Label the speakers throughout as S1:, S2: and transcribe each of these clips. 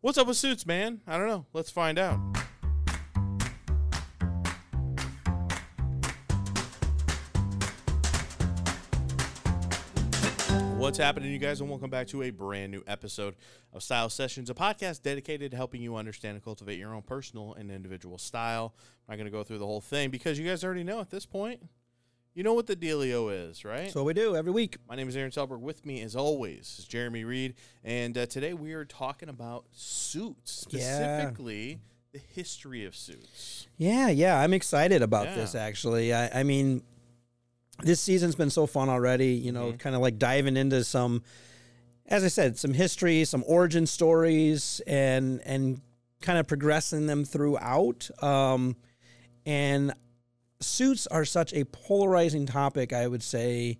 S1: What's up with suits, man? I don't know. Let's find out. What's happening, you guys, and welcome back to a brand new episode of Style Sessions, a podcast dedicated to helping you understand and cultivate your own personal and individual style. I'm not going to go through the whole thing because you guys already know at this point. You know what the dealio is, right?
S2: So we do every week.
S1: My name is Aaron Selberg. With me, as always, is Jeremy Reed. And uh, today we are talking about suits,
S2: Yeah.
S1: specifically the history of suits.
S2: Yeah, yeah. I'm excited about
S1: Yeah.
S2: this actually. I, I mean, this season's been so fun already, you know,
S1: Mm-hmm.
S2: kind of like diving into some as I said, some history, some origin stories and and kind of progressing them throughout. Um and suits are such a polarizing topic, I would say,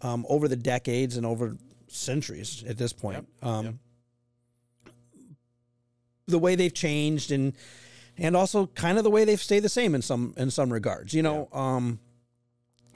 S2: um, over the decades and over centuries at this point. Um
S1: yep.
S2: the way they've changed and and also kind of the way they've stayed the same in some in some regards. You know, um,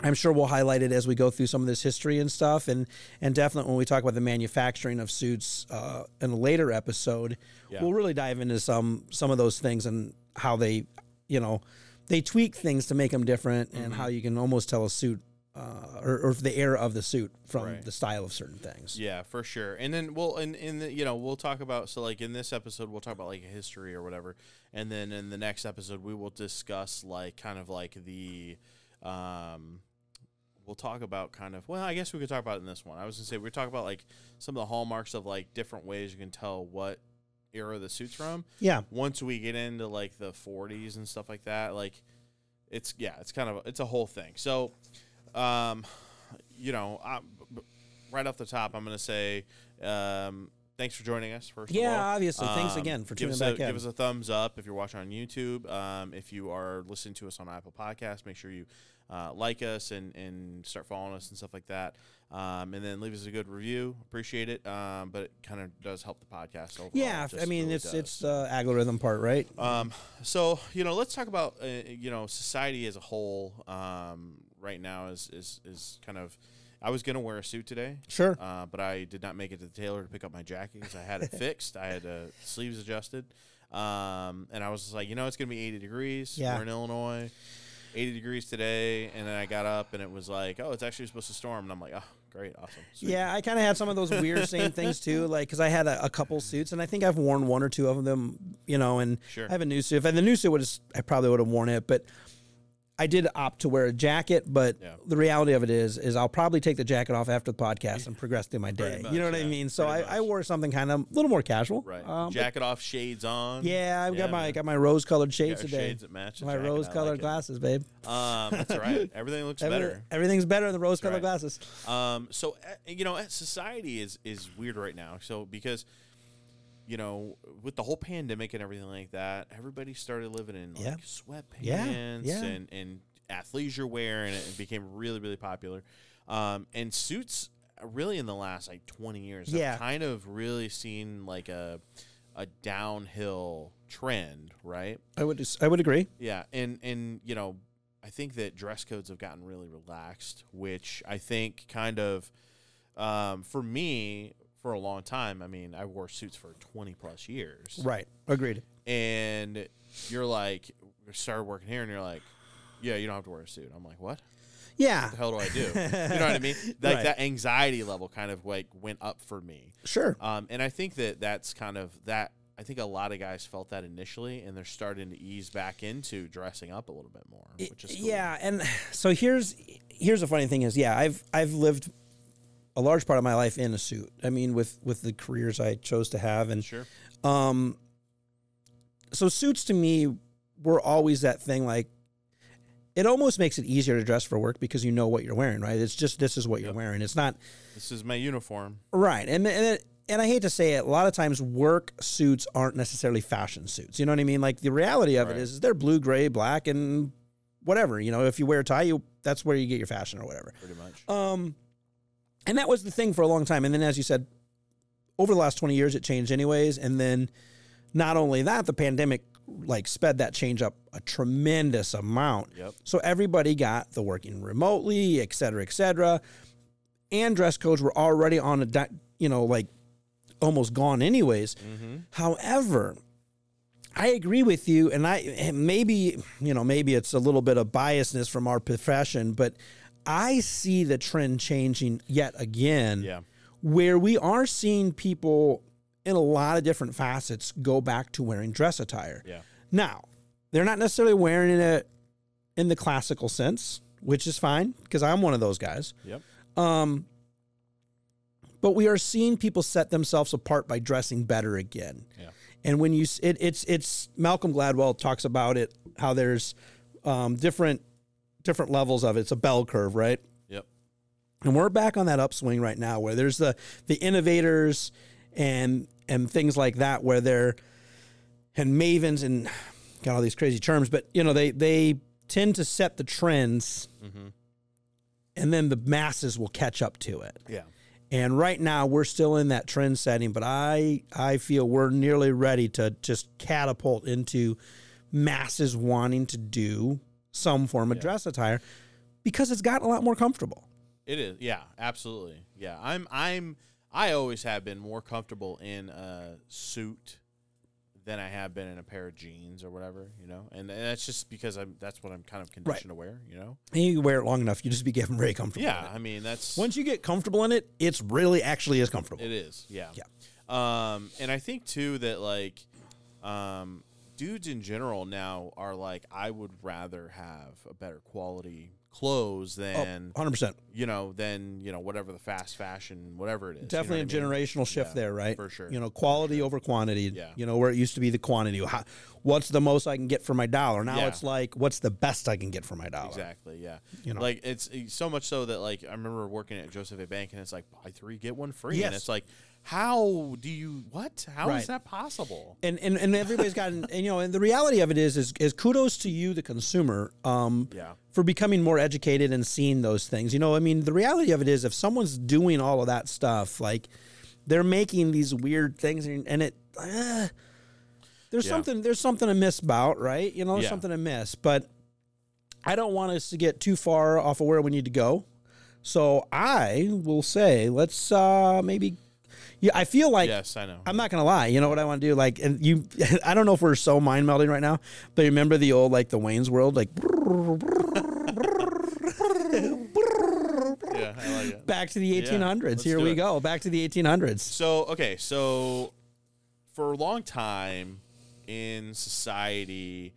S2: I'm sure we'll highlight it as we go through some of this history and stuff, and and definitely when we talk about the manufacturing of suits uh, in a later episode,
S1: Yeah.
S2: we'll really dive into some some of those things and how they, you know, they tweak things to make them different,
S1: Mm-hmm.
S2: and how you can almost tell a suit. Uh, or, or the era of the suit from
S1: Right.
S2: the style of certain things.
S1: Yeah, for sure. And then we'll and in the you know we'll talk about so like in this episode we'll talk about like history or whatever, and then in the next episode we will discuss like kind of like the, um, we'll talk about kind of well I guess we could talk about it in this one. I was gonna say we're talking about like some of the hallmarks of like different ways you can tell what era the suits from.
S2: Yeah.
S1: Once we get into like the 40s and stuff like that, like it's yeah, it's kind of it's a whole thing. So, um, you know, I, b- right off the top, I'm gonna say um, thanks for joining us. First, of
S2: Yeah,
S1: all.
S2: obviously. Thanks
S1: Um,
S2: again for
S1: give us a,
S2: tuning back in.
S1: Give us a thumbs up if you're watching on YouTube. Um, if you are listening to us on Apple Podcasts, make sure you uh, like us and and start following us and stuff like that. Um, and then leave us a good review. Appreciate it. Um, but it kind of does help the podcast overall.
S2: Yeah,
S1: It just
S2: I mean
S1: really
S2: it's
S1: does.
S2: it's the algorithm part, right?
S1: Um, so you know, let's talk about uh, you know society as a whole. Um, right now is is is kind of. I was gonna wear a suit today,
S2: Sure.
S1: uh, but I did not make it to the tailor to pick up my jacket because I had it fixed. I had uh, sleeves adjusted, um, and I was just like, you know, it's gonna be 80 degrees.
S2: Yeah.
S1: We're in Illinois, 80 degrees today, and then I got up and it was like, oh, it's actually supposed to storm, and I'm like, oh, great, awesome. Sweet.
S2: Yeah, I kind of had some of those weird same things too, like because I had a, a couple suits, and I think I've worn one or two of them, you know. And
S1: Sure.
S2: I have a new suit. If I had the new suit, would I probably would have worn it, but I did opt to wear a jacket. But
S1: Yeah.
S2: the reality of it is, is I'll probably take the jacket off after the podcast and progress through my day.
S1: much,
S2: you know what I
S1: yeah,
S2: mean? So I,
S1: pretty
S2: I
S1: much.
S2: wore something kind of a little more casual,
S1: Right.
S2: Um, but
S1: jacket off, shades on.
S2: yeah, I've got my
S1: man.
S2: got my rose colored shades
S1: Got
S2: today.
S1: shades that match the
S2: my
S1: jacket, I like
S2: rose colored
S1: it.
S2: glasses, babe.
S1: Um, that's right. Everything looks
S2: Every-
S1: better.
S2: Everything's better in the rose
S1: right.
S2: colored glasses.
S1: Um, so uh, you know, uh, society is is weird right now. So because you know, with the whole pandemic and everything like that, everybody started living in like
S2: Yeah.
S1: sweatpants
S2: Yeah, yeah.
S1: and and athleisure wear, and it became really really popular. Um, and suits uh, really in the last like twenty years,
S2: Yeah.
S1: have kind of really seen like a a downhill trend, right?
S2: I would dis- I would agree.
S1: Yeah, and and you know, I think that dress codes have gotten really relaxed, which I think kind of, um, for me, for a long time. I mean, I wore suits for twenty plus years,
S2: Right. Agreed.
S1: and you're like, started working here, and you're like, yeah, you don't have to wear a suit. I'm like, what?
S2: Yeah.
S1: The hell do I do? you know what I mean? Like
S2: Right.
S1: that anxiety level kind of like went up for me.
S2: Sure.
S1: Um, and I think that that's kind of that. I think a lot of guys felt that initially, and they're starting to ease back into dressing up a little bit more, which is cool.
S2: Yeah, and so here's here's the funny thing is, yeah, I've I've lived a large part of my life in a suit. I mean, with with the careers I chose to have, and
S1: sure.
S2: um, so suits to me were always that thing. Like, it almost makes it easier to dress for work because you know what you're wearing, right? It's just this is what you're wearing. It's not
S1: This is my uniform.
S2: Right, and and, it, and I hate to say it, a lot of times work suits aren't necessarily fashion suits. You know what I mean? Like the reality of
S1: Right.
S2: it is, is they're blue, gray, black, and whatever. You know, if you wear a tie, you that's where you get your fashion or whatever.
S1: Pretty much.
S2: Um, and that was the thing for a long time. And then, as you said, over the last twenty years, it changed anyways. And then, not only that, the pandemic like sped that change up a tremendous amount.
S1: Yep.
S2: So everybody got the working remotely, et cetera, et cetera. And dress codes were already on a, di- you know, like almost gone anyways. However, I agree with you, and I and maybe you know maybe it's a little bit of biasness from our profession, but I see the trend changing yet again.
S1: Yeah.
S2: where we are seeing people in a lot of different facets go back to wearing dress attire.
S1: Yeah.
S2: Now, they're not necessarily wearing it in the classical sense, which is fine because I'm one of those guys.
S1: Yep.
S2: Um, but we are seeing people set themselves apart by dressing better again.
S1: Yeah.
S2: And when you, s- it, it's it's Malcolm Gladwell talks about it how there's um, different different levels of it. It's a bell curve, right?
S1: Yep.
S2: and we're back on that upswing right now where there's the the innovators and and things like that where they're and mavens and got all these crazy terms but you know they they tend to set the trends and then the masses will catch up to it
S1: Yeah.
S2: and right now we're still in that trend setting but i i feel we're nearly ready to just catapult into masses wanting to do some form of dress attire because it's gotten a lot more comfortable
S1: It is. Yeah, absolutely. Yeah. I'm I'm I always have been more comfortable in a suit than I have been in a pair of jeans or whatever, you know. And, and that's just because I'm that's what I'm kind of conditioned to wear, you know.
S2: And you wear it long enough, you just be getting very comfortable. in
S1: Yeah,
S2: it.
S1: I mean that's
S2: Once you get comfortable in it, it's really actually is comfortable.
S1: It is, yeah. Yeah. Um, and I think too that like, um, dudes in general now are like, I would rather have a better quality clothes
S2: Oh,
S1: than
S2: 100%.
S1: you know than you know whatever the fast fashion whatever it is. you know
S2: Definitely
S1: what I
S2: a
S1: mean?
S2: generational shift
S1: Yeah,
S2: there, right?
S1: for sure.
S2: You know, quality over quantity.
S1: Yeah.
S2: You know, where it used to be the quantity. How, what's the most I can get for my dollar? Now
S1: Yeah.
S2: it's like, what's the best I can get for my dollar?
S1: Exactly. Yeah.
S2: You know.
S1: like it's it's so much so that like I remember working at Joseph A. Bank and it's like buy three get one free and
S2: Yes.
S1: it's like how do you what How is
S2: Right.
S1: that possible?
S2: And, and, and everybody's gotten, and you know, and the reality of it is, is, is kudos to you, the consumer, um,
S1: Yeah.
S2: for becoming more educated and seeing those things. You know, I mean, the reality of it is if someone's doing all of that stuff, like they're making these weird things and, and it, uh, there's
S1: Yeah.
S2: something, there's something amiss about, right? You know, there's
S1: Yeah.
S2: something amiss, but I don't want us to get too far off of where we need to go. So I will say, let's, uh, maybe, yeah, I feel like
S1: Yes, I know.
S2: I'm not gonna lie. You know what I want to do? Like, and you, I don't know if we're so mind melding right now, but you remember the old like the Wayne's World, like
S1: yeah, I like it.
S2: back to the 1800s.
S1: let's
S2: Here
S1: do
S2: we
S1: it.
S2: go, back to the 1800s.
S1: So okay, so for a long time in society,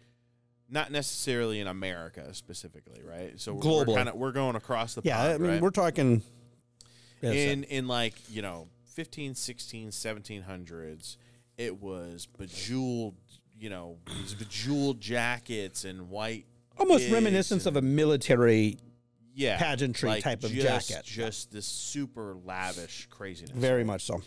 S1: not necessarily in America specifically, right? So we're,
S2: Globally.
S1: we're kind of we're going across the
S2: Yeah, I
S1: pond,
S2: mean,
S1: right?
S2: we're talking. Yeah, so-
S1: in in like you know 15 16 1700s it was bejeweled you know these bejeweled jackets and white
S2: almost
S1: wigs
S2: reminiscence
S1: and-
S2: of a military.
S1: yeah
S2: pageantry type of
S1: just-
S2: jacket.
S1: just this super lavish craziness
S2: Very much so.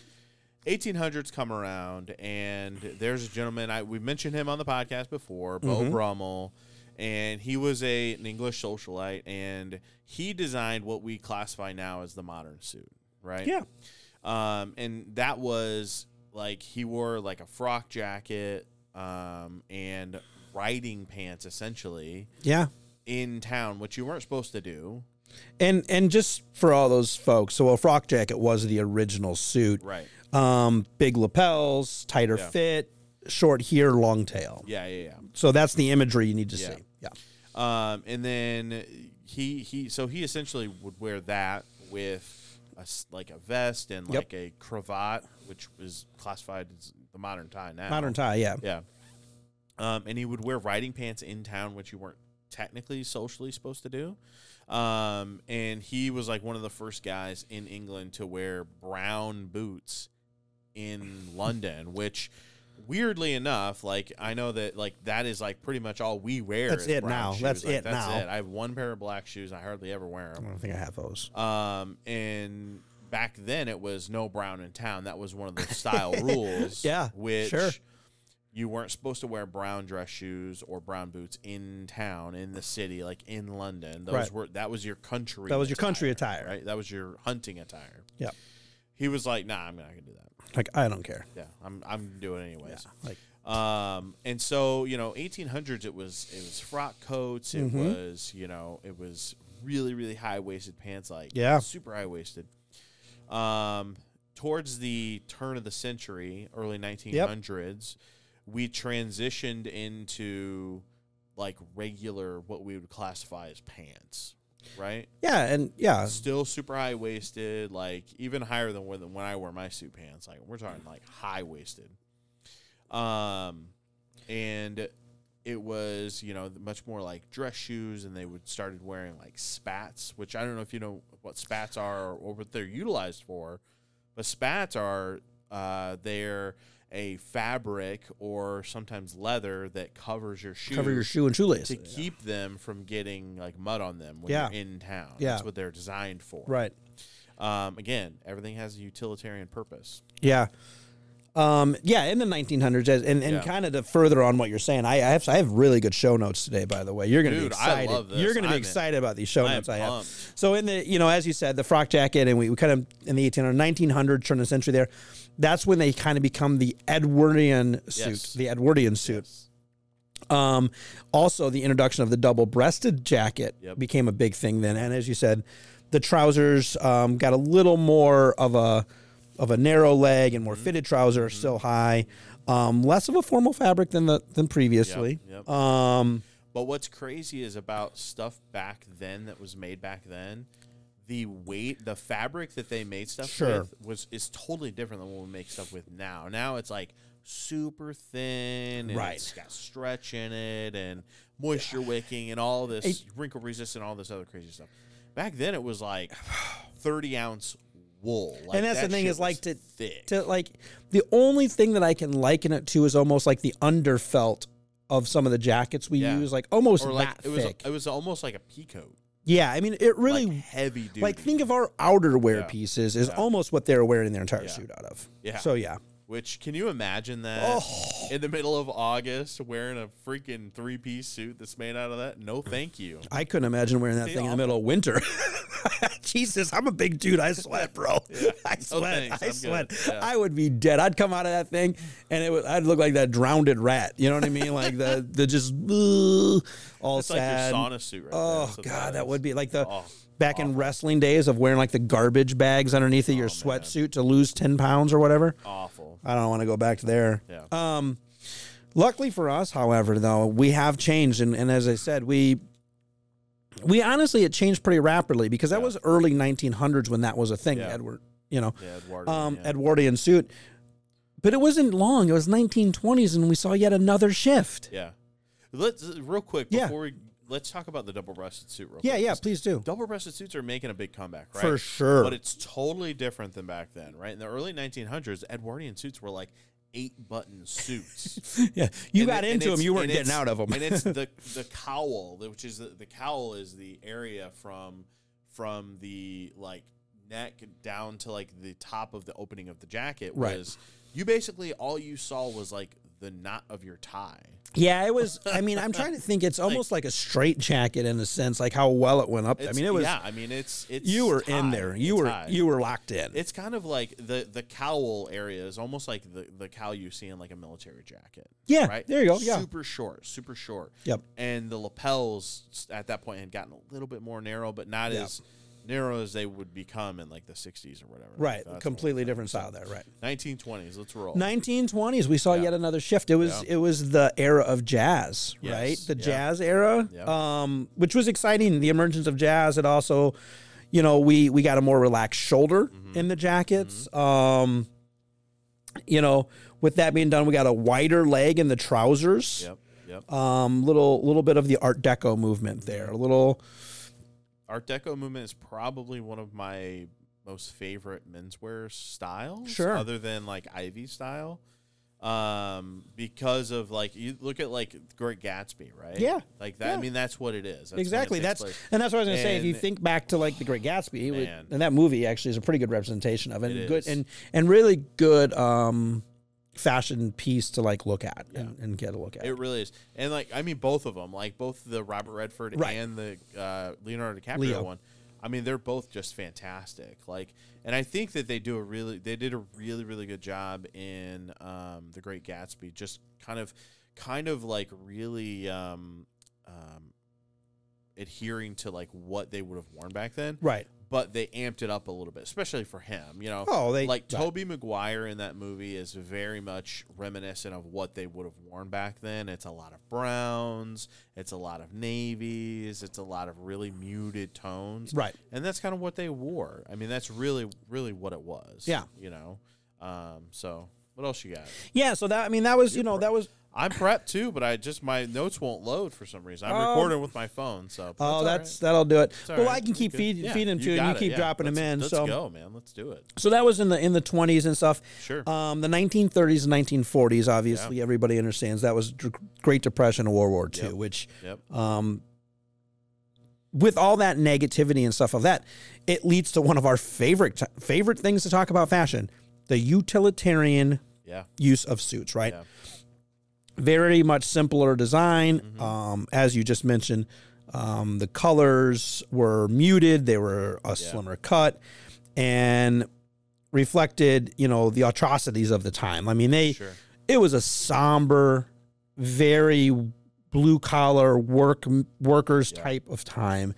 S1: 1800s come around and there's a gentleman I we mentioned him on the podcast before, Beau Brummel, and he was a an English socialite and he designed what we classify now as the modern suit, right?
S2: Yeah.
S1: Um and that was like he wore like a frock jacket um and riding pants essentially
S2: Yeah,
S1: in town, which you weren't supposed to do.
S2: and and just for all those folks, so a frock jacket was the original suit.
S1: Right.
S2: Um, big lapels, tighter
S1: Yeah.
S2: fit, short here, long tail.
S1: Yeah, yeah, yeah.
S2: So that's the imagery you need to
S1: Yeah.
S2: see. Yeah.
S1: Um, and then he he so he essentially would wear that with a s like a vest and
S2: Yep.
S1: like a cravat, which was classified as the modern tie now.
S2: Modern tie. Yeah.
S1: yeah. Um, and he would wear riding pants in town, which you weren't technically socially supposed to do. Um, and he was like one of the first guys in England to wear brown boots in London, which weirdly enough, like I know that like that is like pretty much all we wear.
S2: That's
S1: is
S2: it
S1: brown
S2: now.
S1: shoes.
S2: That's
S1: Like,
S2: it
S1: that's
S2: now.
S1: It. I have one pair of black shoes. I hardly ever wear them.
S2: I don't think I have those.
S1: Um, and back then it was no brown in town. That was one of the style rules.
S2: Yeah,
S1: which
S2: sure.
S1: you weren't supposed to wear brown dress shoes or brown boots in town in the city, like in London. Those
S2: Right.
S1: were that was your country.
S2: That was your country attire.
S1: right? That was your hunting attire.
S2: Yeah.
S1: He was like, "Nah, I'm not gonna do that.
S2: Like I don't care.
S1: Yeah, I'm I'm doing it anyways."
S2: Like
S1: Um, and so you know, 1800s it was it was frock coats. It was you know it was really really high waisted pants, like
S2: Yeah.
S1: super high waisted. Um, towards the turn of the century, early 1900s, we transitioned into like regular what we would classify as pants, right?
S2: Yeah, and yeah,
S1: Still super high waisted, like even higher than when, when I wear my suit pants. Like we're talking like high waisted. Um, and it was you know much more like dress shoes, and they would started wearing like spats, which I don't know if you know what spats are or what they're utilized for, but spats are uh, they're a fabric or sometimes leather that covers your shoe
S2: cover your shoe and shoelace.
S1: to keep them from getting like mud on them when
S2: Yeah.
S1: you're in town.
S2: Yeah.
S1: That's what they're designed for.
S2: Right.
S1: Um, again, everything has a utilitarian purpose.
S2: Yeah. Um, yeah, in the 1900s, as- and, and
S1: Yeah.
S2: kind of to further on what you're saying, I, I have I have really good show notes today. By the way, you're gonna
S1: Dude,
S2: be
S1: I
S2: excited.
S1: love this.
S2: You're gonna
S1: I'm
S2: be
S1: in.
S2: excited about these show
S1: I am
S2: notes I have.
S1: pumped.
S2: So in the you know as you said, the frock jacket, and we, we kind of in the 1800 1900 turn of the century there, that's when they kind of become the Edwardian suit,
S1: Yes.
S2: the Edwardian suit. Um, also, the introduction of the double-breasted jacket
S1: Yep.
S2: became a big thing then, and as you said, the trousers um, got a little more of a of a narrow leg and
S1: Mm-hmm.
S2: more fitted trousers, still high, um, less of a formal fabric than the than previously.
S1: Yep.
S2: Um,
S1: But what's crazy is about stuff back then that was made back then. The weight, the fabric that they made stuff
S2: Sure.
S1: with was is totally different than what we make stuff with now. Now it's like super thin, and
S2: Right.
S1: It's got stretch in it and moisture wicking and all this wrinkle resistant, all this other crazy stuff. Back then it was like thirty ounce wool, like,
S2: And that's the
S1: that
S2: thing
S1: shit
S2: is, like,
S1: was
S2: to-
S1: thick.
S2: to like the only thing that I can liken it to is almost like the underfelt of some of the jackets we
S1: Yeah.
S2: use, like almost
S1: or like
S2: that
S1: it was,
S2: thick.
S1: it was almost like a pea coat,
S2: yeah, I mean, it really.
S1: like heavy duty.
S2: like think of our outerwear
S1: Yeah.
S2: pieces is almost what they're wearing their entire
S1: Yeah.
S2: suit out of.
S1: Yeah.
S2: So yeah.
S1: Which can you imagine that
S2: Oh.
S1: in the middle of August wearing a freaking three piece suit that's made out of that? No, thank you.
S2: I couldn't imagine wearing that thing in the middle of winter. Jesus, I'm a big dude. I sweat, bro. I sweat.
S1: Oh, thanks.
S2: I
S1: I'm good.
S2: sweat.
S1: Yeah.
S2: I would be dead. I'd come out of that thing, and it would. I'd look like that drowned rat. You know what I mean? Like the the just ugh, all
S1: It's
S2: sad.
S1: like your sauna suit right
S2: oh
S1: there. That's what
S2: god, that
S1: is.
S2: would be like the
S1: Oh,
S2: back in wrestling days of wearing like the garbage bags underneath
S1: Oh,
S2: of your sweatsuit to lose ten pounds or whatever.
S1: awful.
S2: I don't want to go back to there.
S1: Yeah.
S2: Um, luckily for us, however, though we have changed, and, and as I said, we we honestly it changed pretty rapidly because that was early 1900s when that was a thing.
S1: Yeah.
S2: Edward, you know,
S1: Yeah, Eduardo.
S2: um,
S1: yeah.
S2: Edwardian suit. But it wasn't long. It was 1920s, and we saw yet another shift.
S1: yeah. Let's real quick
S2: Yeah.
S1: before we let's talk about the double breasted suit. Real
S2: Yeah,
S1: quick.
S2: yeah. Please do.
S1: Double breasted suits are making a big comeback, right?
S2: For sure.
S1: But it's totally different than back then, right? In the early 1900s, Edwardian suits were like eight button suits.
S2: Yeah, you
S1: And
S2: got
S1: it- and
S2: into them.
S1: it's-
S2: You weren't
S1: and
S2: getting
S1: it's-
S2: out of them.
S1: and it's the the cowl, the- which is the, the cowl is the area from from the like neck down to like the top of the opening of the jacket.
S2: Right.
S1: Was you basically all you saw was like the knot of your tie.
S2: yeah, it was. I mean, I'm trying to think. It's almost like, a straight jacket in a sense, like how well it went up. I
S1: It's-
S2: mean, it was.
S1: yeah. I mean, it's it's
S2: you were in
S1: tied.
S2: there. You
S1: It's
S2: were
S1: tied.
S2: you were locked in.
S1: It's kind of like the the cowl area is almost like the the cowl you see in like a military jacket.
S2: Yeah,
S1: right?
S2: there you go, yeah.
S1: super short, super short.
S2: Yep.
S1: And the lapels s- at that point had gotten a little bit more narrow, but not
S2: Yeah.
S1: as narrow as they would become in like the '60s or whatever.
S2: right,
S1: That's
S2: completely different style there. Right.
S1: what- 1920s. Let's roll.
S2: 1920s, we saw yet another shift. It was it was the era of jazz,
S1: Yes,
S2: right? The
S1: yeah.
S2: jazz era,
S1: Yeah.
S2: um, which was exciting. The emergence of jazz. It also, you know, we we got a more relaxed shoulder
S1: Mm-hmm.
S2: in the jackets. Um, you know, with that being done, we got a wider leg in the trousers.
S1: Yep. Yep.
S2: Um, little little bit of the Art Deco movement there. A little
S1: Art Deco movement is probably one of my most favorite menswear styles.
S2: Sure.
S1: Other than like Ivy style. Um, because of like you look at like Great Gatsby, right?
S2: Yeah,
S1: Like that.
S2: yeah.
S1: I mean, that's what it is. That's when it
S2: exactly.
S1: takes
S2: That's
S1: place.
S2: and that's what I was going to say. If you
S1: And-
S2: think back to like The Great Gatsby, it was-
S1: Man.
S2: and that movie actually is a pretty good representation of it. and good
S1: is.
S2: and and really good um, fashion piece to like look at and, and get a look at.
S1: It really is, and like I mean, both of them, like both the Robert Redford
S2: Right.
S1: and the uh, Leonardo DiCaprio
S2: Leo.
S1: one. I mean, they're both just fantastic. Like, and I think that they do a really, they did a really, really good job in um, the Great Gatsby. Just kind of, kind of like really um, um, adhering to like what they would have worn back then.
S2: Right.
S1: But they amped it up a little bit, especially for him. You know,
S2: Oh, they-
S1: like
S2: right.
S1: Toby Maguire in that movie is very much reminiscent of what they would have worn back then. It's a lot of browns, it's a lot of navies, it's a lot of really muted tones,
S2: Right.
S1: And that's kind of what they wore. I mean, that's really, really what it was.
S2: Yeah.
S1: you know. Um, so what else you got?
S2: Yeah. So that I mean that was you know that was
S1: I'm prepped too, but I just my notes won't load for some reason. I'm
S2: Oh.
S1: recording with my phone, so but all
S2: oh
S1: right.
S2: that's that'll do it.
S1: all
S2: Well,
S1: right.
S2: I can keep
S1: Good.
S2: feed,
S1: Yeah,
S2: feeding them too, and
S1: got
S2: you
S1: it.
S2: keep
S1: Yeah.
S2: dropping them
S1: Let's-
S2: in.
S1: Let's
S2: so
S1: go, man. Let's do it.
S2: so that was in the in the twenties and stuff.
S1: Sure.
S2: Um, the 1930s and 1940s, obviously, everybody understands that was dr- Great Depression and World War II,
S1: Yep.
S2: which
S1: yep.
S2: um, with all that negativity and stuff of that, it leads to one of our favorite t- favorite things to talk about fashion: the utilitarian
S1: Yeah.
S2: use of suits. Right,
S1: Yeah.
S2: very much simpler design.
S1: Mm-hmm.
S2: Um, as you just mentioned, um, the colors were muted; they were a slimmer cut, and reflected, you know, the atrocities of the time. I mean, they
S1: Sure.
S2: it was a somber, very blue collar work workers type of time.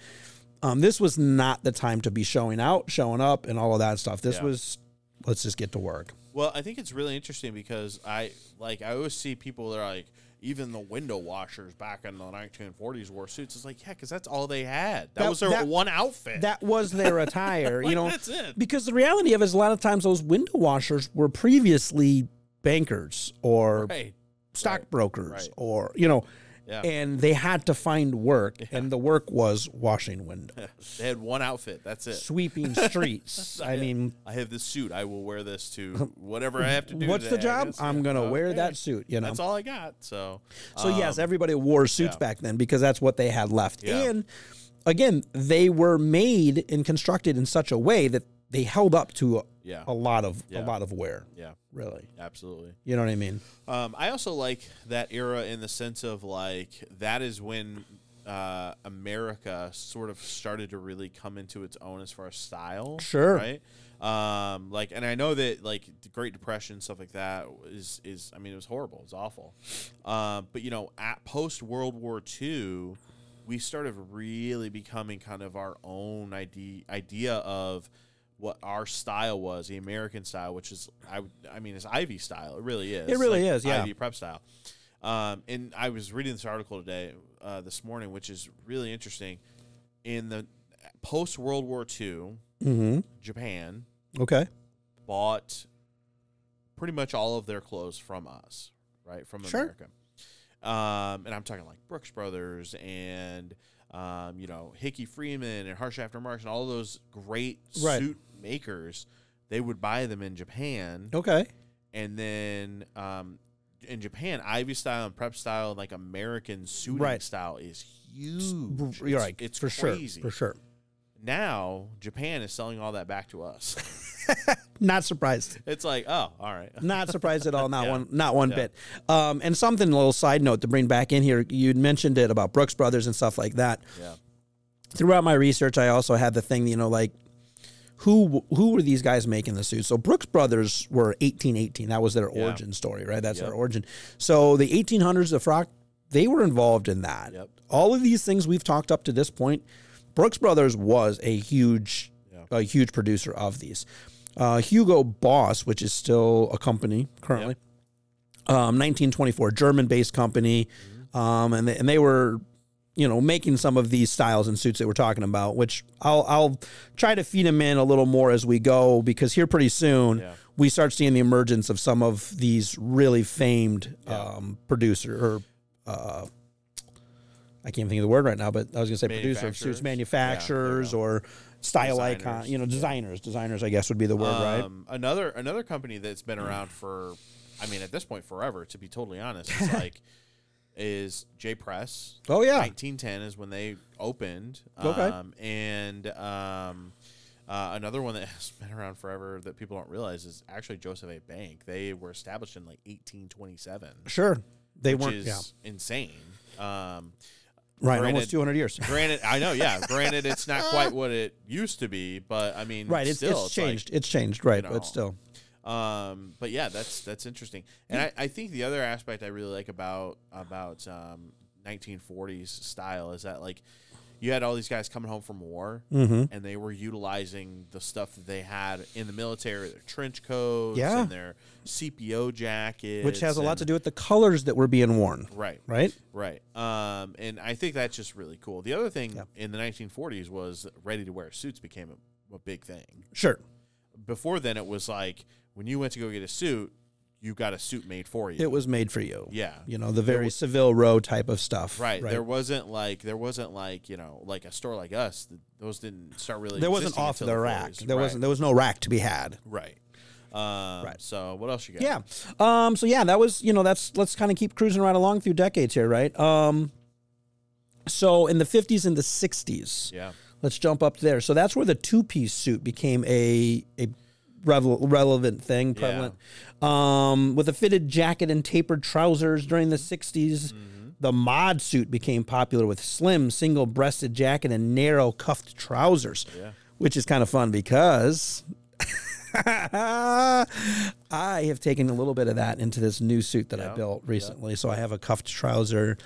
S2: Um, this was not the time to be showing out, showing up, and all of that stuff. This
S1: Yeah.
S2: was let's just get to work.
S1: Well, I think it's really interesting because I like I always see people that are like even the window washers back in the 1940s wore suits. It's like yeah, because that's all they had. That,
S2: That-
S1: was their
S2: that-
S1: one outfit.
S2: That was their attire, you know.
S1: that's it.
S2: Because the reality of it is, a lot of times those window washers were previously bankers or
S1: right.
S2: stockbrokers
S1: Right.
S2: or you know,
S1: Yeah.
S2: and they had to find work, and the work was washing windows.
S1: They had one outfit. That's it.
S2: sweeping streets. I mean,
S1: I have this suit. I will wear this to whatever I have to do.
S2: what's the
S1: today, I
S2: job?
S1: guess.
S2: I'm
S1: Yeah.
S2: gonna wear
S1: Okay.
S2: that suit. You know.
S1: That's all I got. So uh,
S2: so yes, everybody wore suits
S1: yeah.
S2: back then because that's what they had left.
S1: Yeah.
S2: And again, they were made and constructed in such a way that they held up to a,
S1: Yeah.
S2: a lot of a
S1: Yeah.
S2: lot of wear.
S1: yeah,
S2: Really,
S1: absolutely.
S2: you know what I mean?
S1: Um, I also like that era in the sense of like that is when uh, America sort of started to really come into its own as far as style.
S2: Sure.
S1: Right. Um, like, and I know that like the Great Depression stuff like that is is I mean it was horrible. It's awful. Um, but you know, at post World War II, we started really becoming kind of our own idea idea of what our style was, the American style, which is I would- I mean it's Ivy style. It really is.
S2: It really
S1: Like,
S2: is, yeah.
S1: Ivy prep style. Um, and I was reading this article today, uh, this morning, which is really interesting. In the post World War II,
S2: Mm-hmm.
S1: Japan
S2: Okay.
S1: bought pretty much all of their clothes from us, right? From
S2: Sure.
S1: America. Um, and I'm talking like Brooks Brothers and um, you know, Hickey Freeman and Harsh After Marks and all those great
S2: Right.
S1: suit makers, they would buy them in Japan.
S2: Okay.
S1: And then um in Japan, Ivy style and prep style and like American suiting
S2: Right.
S1: style is huge.
S2: You're
S1: it's,
S2: right.
S1: It's
S2: for
S1: crazy.
S2: sure. For sure.
S1: Now Japan is selling all that back to us.
S2: Not surprised.
S1: it's like, oh, all right.
S2: Not surprised at all. Not
S1: Yeah.
S2: one. Not one
S1: Yeah.
S2: bit. Um, and something a little side note to bring back in here. You mentioned it about Brooks Brothers and stuff like that.
S1: Yeah.
S2: throughout my research, I also had the thing, you know, like who who were these guys making the suits? So Brooks Brothers were 1818. That was their
S1: Yeah.
S2: origin story, right? That's
S1: Yep.
S2: their origin. So the 1800s, the frock, they were involved in that.
S1: Yep.
S2: All of these things we've talked up to this point, Brooks Brothers was a huge a huge producer of these. Uh, Hugo Boss, which is still a company currently, um, 1924, German-based company, um, and they, and they were, you know, making some of these styles and suits that we're talking about. Which I'll I'll try to feed them in a little more as we go because here pretty soon
S1: Yeah.
S2: we start seeing the emergence of some of these really famed um, producer or. Uh, I can't think of the word right now, but I was going to say producer of suits,
S1: Manufacturers?
S2: manufacturers, or style icon,
S1: Designers.
S2: you know, designers. Designers, I guess, would be the word, right?
S1: Um, another another company that's been around for, I mean, at this point forever. To be totally honest, is like is J Press.
S2: Oh yeah,
S1: 1910 is when they opened.
S2: Okay.
S1: Um, and um, uh, another one that has been around forever that people don't realize is actually Joseph A. Bank. They were established in like 1827,
S2: sure. They
S1: which
S2: weren't.
S1: is
S2: yeah,
S1: insane. Um,
S2: right.
S1: granted-
S2: Almost 200 years.
S1: granted, I know, yeah. Granted, it's not quite what it used to be, but I mean,
S2: Right. It's,
S1: still,
S2: it's
S1: like-
S2: changed. it's changed. Right.
S1: you know,
S2: but still.
S1: Um, but yeah, that's that's interesting. And I, I think the other aspect I really like about about um, 1940s style is that like you had all these guys coming home from war
S2: Mm-hmm.
S1: and they were utilizing the stuff that they had in the military, their trench coats
S2: Yeah.
S1: and their CPO jackets,
S2: Which has a lot
S1: and-
S2: to do with the colors that were being worn,
S1: right,
S2: right?
S1: right. Um, and I think that's just really cool. The other thing
S2: Yeah.
S1: in the 1940s was ready to wear suits became a, a big thing.
S2: Sure.
S1: Before then, it was like when you went to go get a suit, you got a suit made for you.
S2: It was made for you.
S1: yeah,
S2: You know, the very Seville Row type of stuff.
S1: Right.
S2: There,
S1: There wasn't like there wasn't like you know like a store like us. th- Those didn't start really.
S2: wasn't
S1: existing
S2: off
S1: until
S2: the rack.
S1: 40s.
S2: There
S1: right.
S2: wasn't there was no rack to be had.
S1: Right. Um,
S2: Right.
S1: So what else you got?
S2: Yeah. Um, so yeah, that was you know that's let's kind of keep cruising right along through decades here, right? Um, so in the fifties and the sixties,
S1: Yeah.
S2: let's jump up there. So that's where the two piece suit became a a revel- relevant thing, prevalent. Um, with a fitted jacket and tapered trousers during the sixties. The mod suit became popular with slim, single-breasted jacket and narrow cuffed trousers,
S1: Yeah.
S2: which is kind of fun because I have taken a little bit of that into this new suit that I
S1: Yeah,
S2: built recently. So I have a cuffed trouser,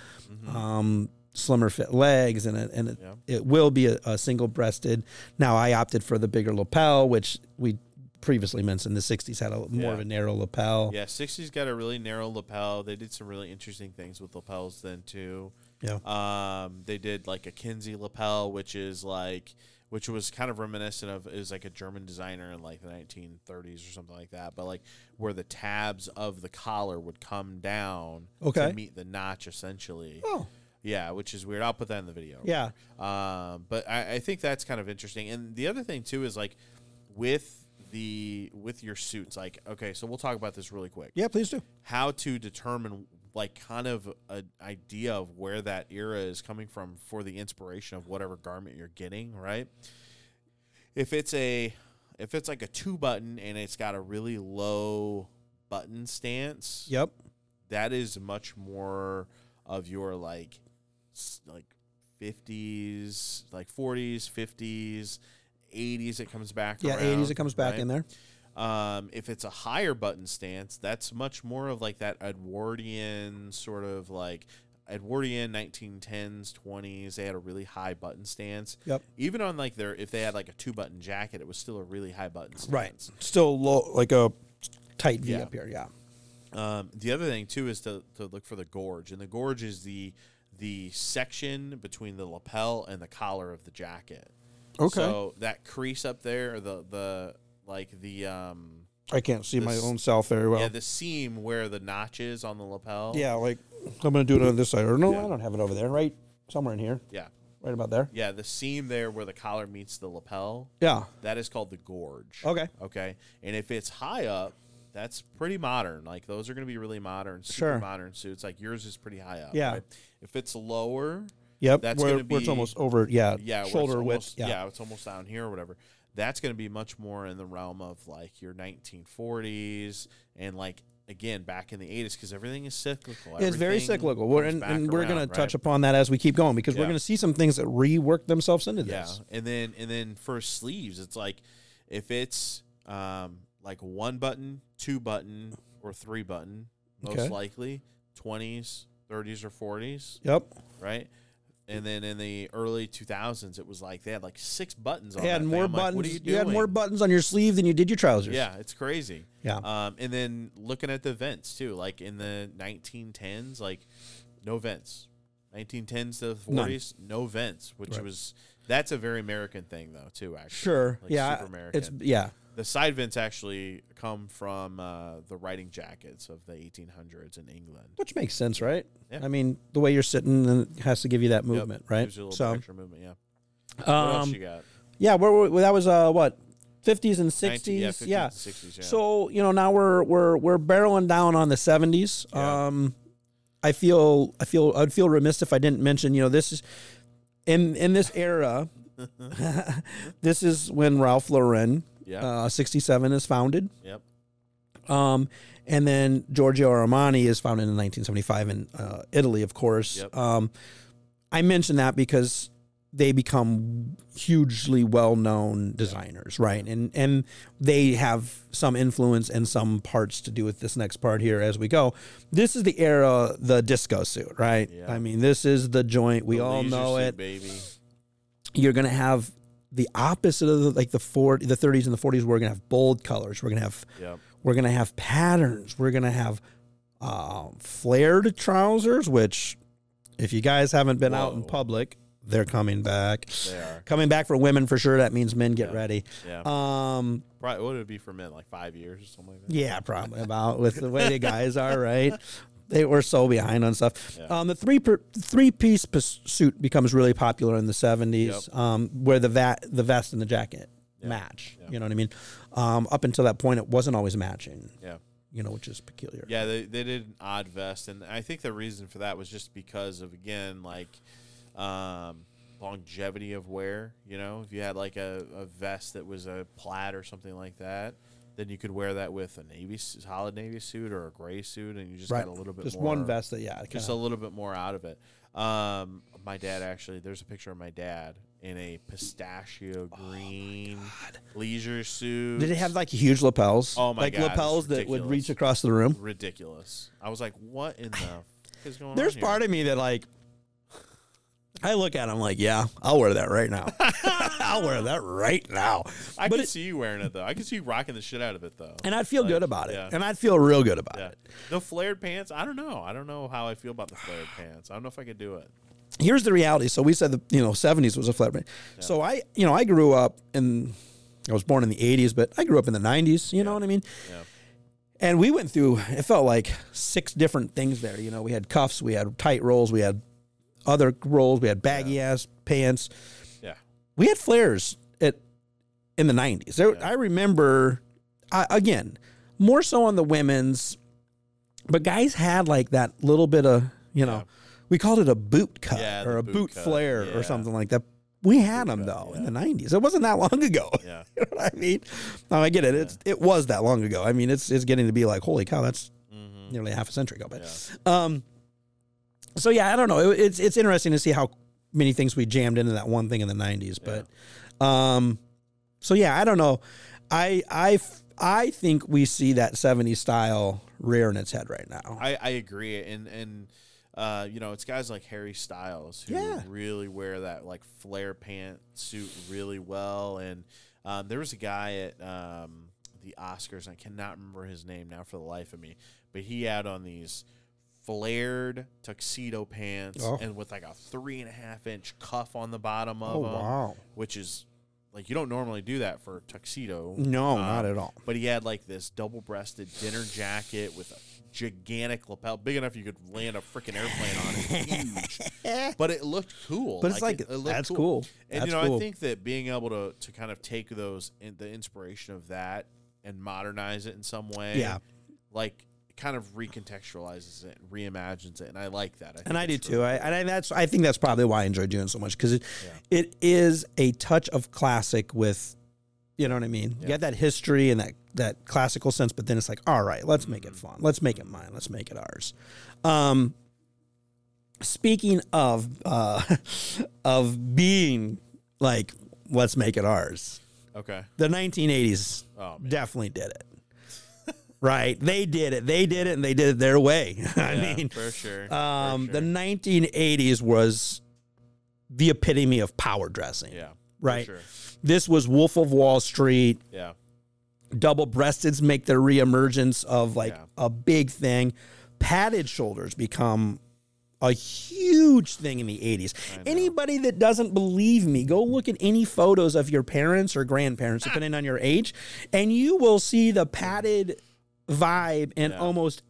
S2: um, slimmer fit legs, and it, and it, it will be a, a single breasted. Now I opted for the bigger lapel, which we previously mentioned the 60s had a more of
S1: Yeah.
S2: a narrow lapel.
S1: Yeah. Sixties got a really narrow lapel. They did some really interesting things with lapels then too.
S2: Yeah.
S1: Um, they did like a Kinsey lapel, which is like which was kind of reminiscent of is like a German designer in like the 1930s or something like that, but like where the tabs of the collar would come down
S2: Okay.
S1: to meet the notch essentially.
S2: Oh,
S1: Yeah, which is weird. I'll put that in the video.
S2: Yeah.
S1: Um, but I, I think that's kind of interesting. And the other thing too is like with the with your suits, like okay, so we'll talk about this really quick.
S2: yeah, please do.
S1: How to determine like kind of an idea of where that era is coming from for the inspiration of whatever garment you're getting, right? If it's a if it's like a two button and it's got a really low button stance,
S2: Yep.
S1: that is much more of your like s- like 50s like 40s 50s 80s it comes back
S2: Yeah, 80s it comes back in there.
S1: there um if it's a higher button stance that's much more of like that edwardian sort of like edwardian 1910s 20s they had a really high button stance
S2: Yep.
S1: even on like their if they had like a two button jacket it was still a really high button stance
S2: Right. Still low, like a tight V
S1: Yeah.
S2: up here. Yeah.
S1: Um, the other thing too is to, to look for the gorge, and the gorge is the the section between the lapel and the collar of the jacket.
S2: Okay.
S1: So that crease up there, or the the like the um
S2: I can't see my
S1: This-
S2: own self very well.
S1: yeah the seam where the notch is on the lapel.
S2: Yeah, like I'm gonna do it on this side. Or no,
S1: Yeah.
S2: I don't have it over there. Right, somewhere in here,
S1: yeah,
S2: right about there.
S1: yeah. The seam there where the collar meets the lapel.
S2: Yeah.
S1: That is called the gorge.
S2: Okay.
S1: Okay. And if it's high up, that's pretty modern. Like those are going to be really modern, super
S2: Sure.
S1: modern suits. Like yours is pretty high up.
S2: Yeah.
S1: right? If it's lower,
S2: Yep.
S1: That's
S2: where,
S1: gonna
S2: where it's
S1: be-
S2: almost over. Yeah.
S1: yeah, where it's
S2: Shoulder width.
S1: almost-
S2: Yeah.
S1: it's almost down here or whatever. That's going to be much more in the realm of like your 1940s and like again back in the 80s because everything is cyclical.
S2: It's very
S1: Everything
S2: cyclical. We're,
S1: comes
S2: and,
S1: back
S2: and we're
S1: around,
S2: gonna
S1: right?
S2: touch upon that as we keep going because we're
S1: Yeah.
S2: gonna see some things that rework themselves into
S1: Yeah,
S2: this.
S1: and then and then for sleeves, it's like if it's um like one button, two button, or three button, most
S2: Okay.
S1: likely 20s, 30s, or 40s,
S2: Yep.
S1: right? And then in the early 2000s, it was like they had like six buttons on.
S2: You had
S1: that thing.
S2: more
S1: I'm like,
S2: buttons.
S1: what are
S2: you,
S1: you,
S2: had
S1: doing?
S2: more buttons on your sleeve than you did your trousers.
S1: Yeah, it's crazy.
S2: Yeah.
S1: Um, and then looking at the vents too, like in the 1910s, like no vents. 1910s to 40s, no vents, which
S2: Right.
S1: was that's a very American thing though too. Actually,
S2: Sure.
S1: Like,
S2: yeah.
S1: super American.
S2: it's yeah.
S1: the side vents actually come from uh, the riding jackets of the 1800s in England.
S2: Which makes sense, right?
S1: Yeah.
S2: I mean, the way you're sitting and it has to give you
S1: Yep,
S2: that movement, right?
S1: Gives you a little
S2: So,
S1: extra movement. Yeah. What else
S2: um,
S1: you got?
S2: yeah, where, were that was uh, what, 50s and 60s?
S1: 19 yeah, 50s,
S2: yeah.
S1: 60s. Yeah.
S2: So you know now we're we're we're barreling down on the seventies.
S1: Yeah.
S2: Um, I feel I feel I'd feel remiss if I didn't mention you know this is in in this era. this is when Ralph Lauren,
S1: yeah.
S2: uh, sixty seven, is founded,
S1: yep.
S2: um, and then Giorgio Armani is founded in nineteen seventy five in uh, Italy, of course.
S1: Yep.
S2: Um, I mention that because they become hugely well-known designers, right? And and they have some influence and some parts to do with this next part here as we go. This is the era, the disco suit, right?
S1: Yeah.
S2: I mean, this is the joint we
S1: The
S2: all
S1: leisure
S2: know
S1: suit,
S2: it.
S1: baby.
S2: you're going to have the opposite of the, like the 40, the 30s and the 40s. We're going to have bold colors. We're going to have
S1: Yeah.
S2: we're going to have patterns. We're going to have uh, flared trousers, which, if you guys haven't been out in
S1: Whoa.
S2: public, they're coming back.
S1: They are.
S2: Coming back for women for sure. That means men get
S1: Yeah.
S2: ready.
S1: Yeah.
S2: Um,
S1: Probably what would it be for men? Like five years or something like that.
S2: yeah, probably about with the way the guys are, right? They were so behind on stuff. Um, the three per, three piece suit becomes really popular in the seventies, um, where the va- the vest and the jacket match. You know what I mean? Um, up until that point, it wasn't always matching.
S1: Yeah.
S2: You know, which is peculiar.
S1: Yeah, they, they did an odd vest, and I think the reason for that was just because of again like um, longevity of wear. You know, if you had like a, a vest that was a plaid or something like that, then you could wear that with a navy s- solid navy suit or a gray suit, and you just
S2: right.
S1: got a little bit
S2: just
S1: more,
S2: one vest that yeah, it
S1: just
S2: kinda-
S1: a little bit more out of it. Um, my dad actually, there's a picture of my dad in a pistachio green leisure suit.
S2: Oh did it have like huge lapels?
S1: Oh my
S2: like
S1: God, it's
S2: lapels that would
S1: ridiculous.
S2: reach across the room.
S1: ridiculous? I was like, what in the f- is going
S2: There's
S1: on? here?
S2: part of me that like I look at him like, yeah, I'll wear that right now. I'll wear that right now.
S1: I
S2: but
S1: can
S2: it,
S1: see you wearing it though. I can see you rocking the shit out of it though.
S2: and I'd feel good about it.
S1: yeah.
S2: And I'd feel real good about
S1: yeah.
S2: it.
S1: The flared pants, I don't know. I don't know how I feel about the flared pants. I don't know if I could do it.
S2: Here's the reality. So we said the you know, 70s was a flat rate. So I, you know, I grew up in I was born in the 80s, but I grew up in the 90s, you know what I mean?
S1: Yeah.
S2: And we went through, it felt like six different things there. You know, we had cuffs, we had tight rolls, we had other rolls, we had baggy ass pants.
S1: Yeah.
S2: we had flares at in the 90s there, i remember I, again more so on the women's but guys had like that little bit of you know we called it a boot cut
S1: Yeah, the
S2: or a
S1: boot
S2: boot,
S1: cut,
S2: flare
S1: yeah.
S2: or something like that we had them though in the 90s it wasn't that long ago
S1: Yeah.
S2: you know what i mean no, i get it it's, it was that long ago i mean it's it's getting to be like holy cow that's
S1: Mm-hmm.
S2: nearly half a century ago but um so yeah, I don't know. It, it's it's interesting to see how many things we jammed into that one thing in the '90s. But, um, so yeah, I don't know. I I f- I think we see that '70s style rearing its head right now.
S1: I, I agree. And and uh, you know, it's guys like Harry Styles who
S2: Yeah.
S1: really wear that like flare pant suit really well. And um, there was a guy at um, the Oscars, and I cannot remember his name now for the life of me, but he had on these flared tuxedo pants
S2: Oh.
S1: and with like a three and a half inch cuff on the bottom of
S2: Oh,
S1: them,
S2: wow.
S1: which is like you don't normally do that for a tuxedo
S2: No, not at all.
S1: but he had like this double-breasted dinner jacket with a gigantic lapel, big enough you could land a freaking airplane on it. Huge, but it looked cool.
S2: But it's like, that's cool.
S1: And
S2: That's
S1: you know, I
S2: cool.
S1: think that being able to to kind of take those in, the inspiration of that and modernize it in some way,
S2: Yeah.
S1: like kind of recontextualizes it, and reimagines it, and I like that. I think
S2: And I do
S1: it's
S2: too. I, and I, that's I think that's probably why I enjoy doing so much because it it is a touch of classic with, you know what I mean. You got that history and that that classical sense, but then it's like, all right, let's make it fun. Let's make it mine. Let's make it ours. Um, speaking of uh, of being like, let's make it ours.
S1: Okay.
S2: The 1980s
S1: Oh, man.
S2: definitely did it. right? They did it. They did it, and they did it their way. I
S1: Yeah,
S2: mean,
S1: for sure. For
S2: um,
S1: sure.
S2: The 1980s was the epitome of power dressing.
S1: yeah. for
S2: right.
S1: sure.
S2: This was Wolf of Wall Street.
S1: Yeah.
S2: Double breasteds make their reemergence of like
S1: Yeah.
S2: a big thing. Padded shoulders become a huge thing in the 80s. Anybody that doesn't believe me, go look at any photos of your parents or grandparents, depending on your age, and you will see the padded vibe in
S1: Yeah.
S2: almost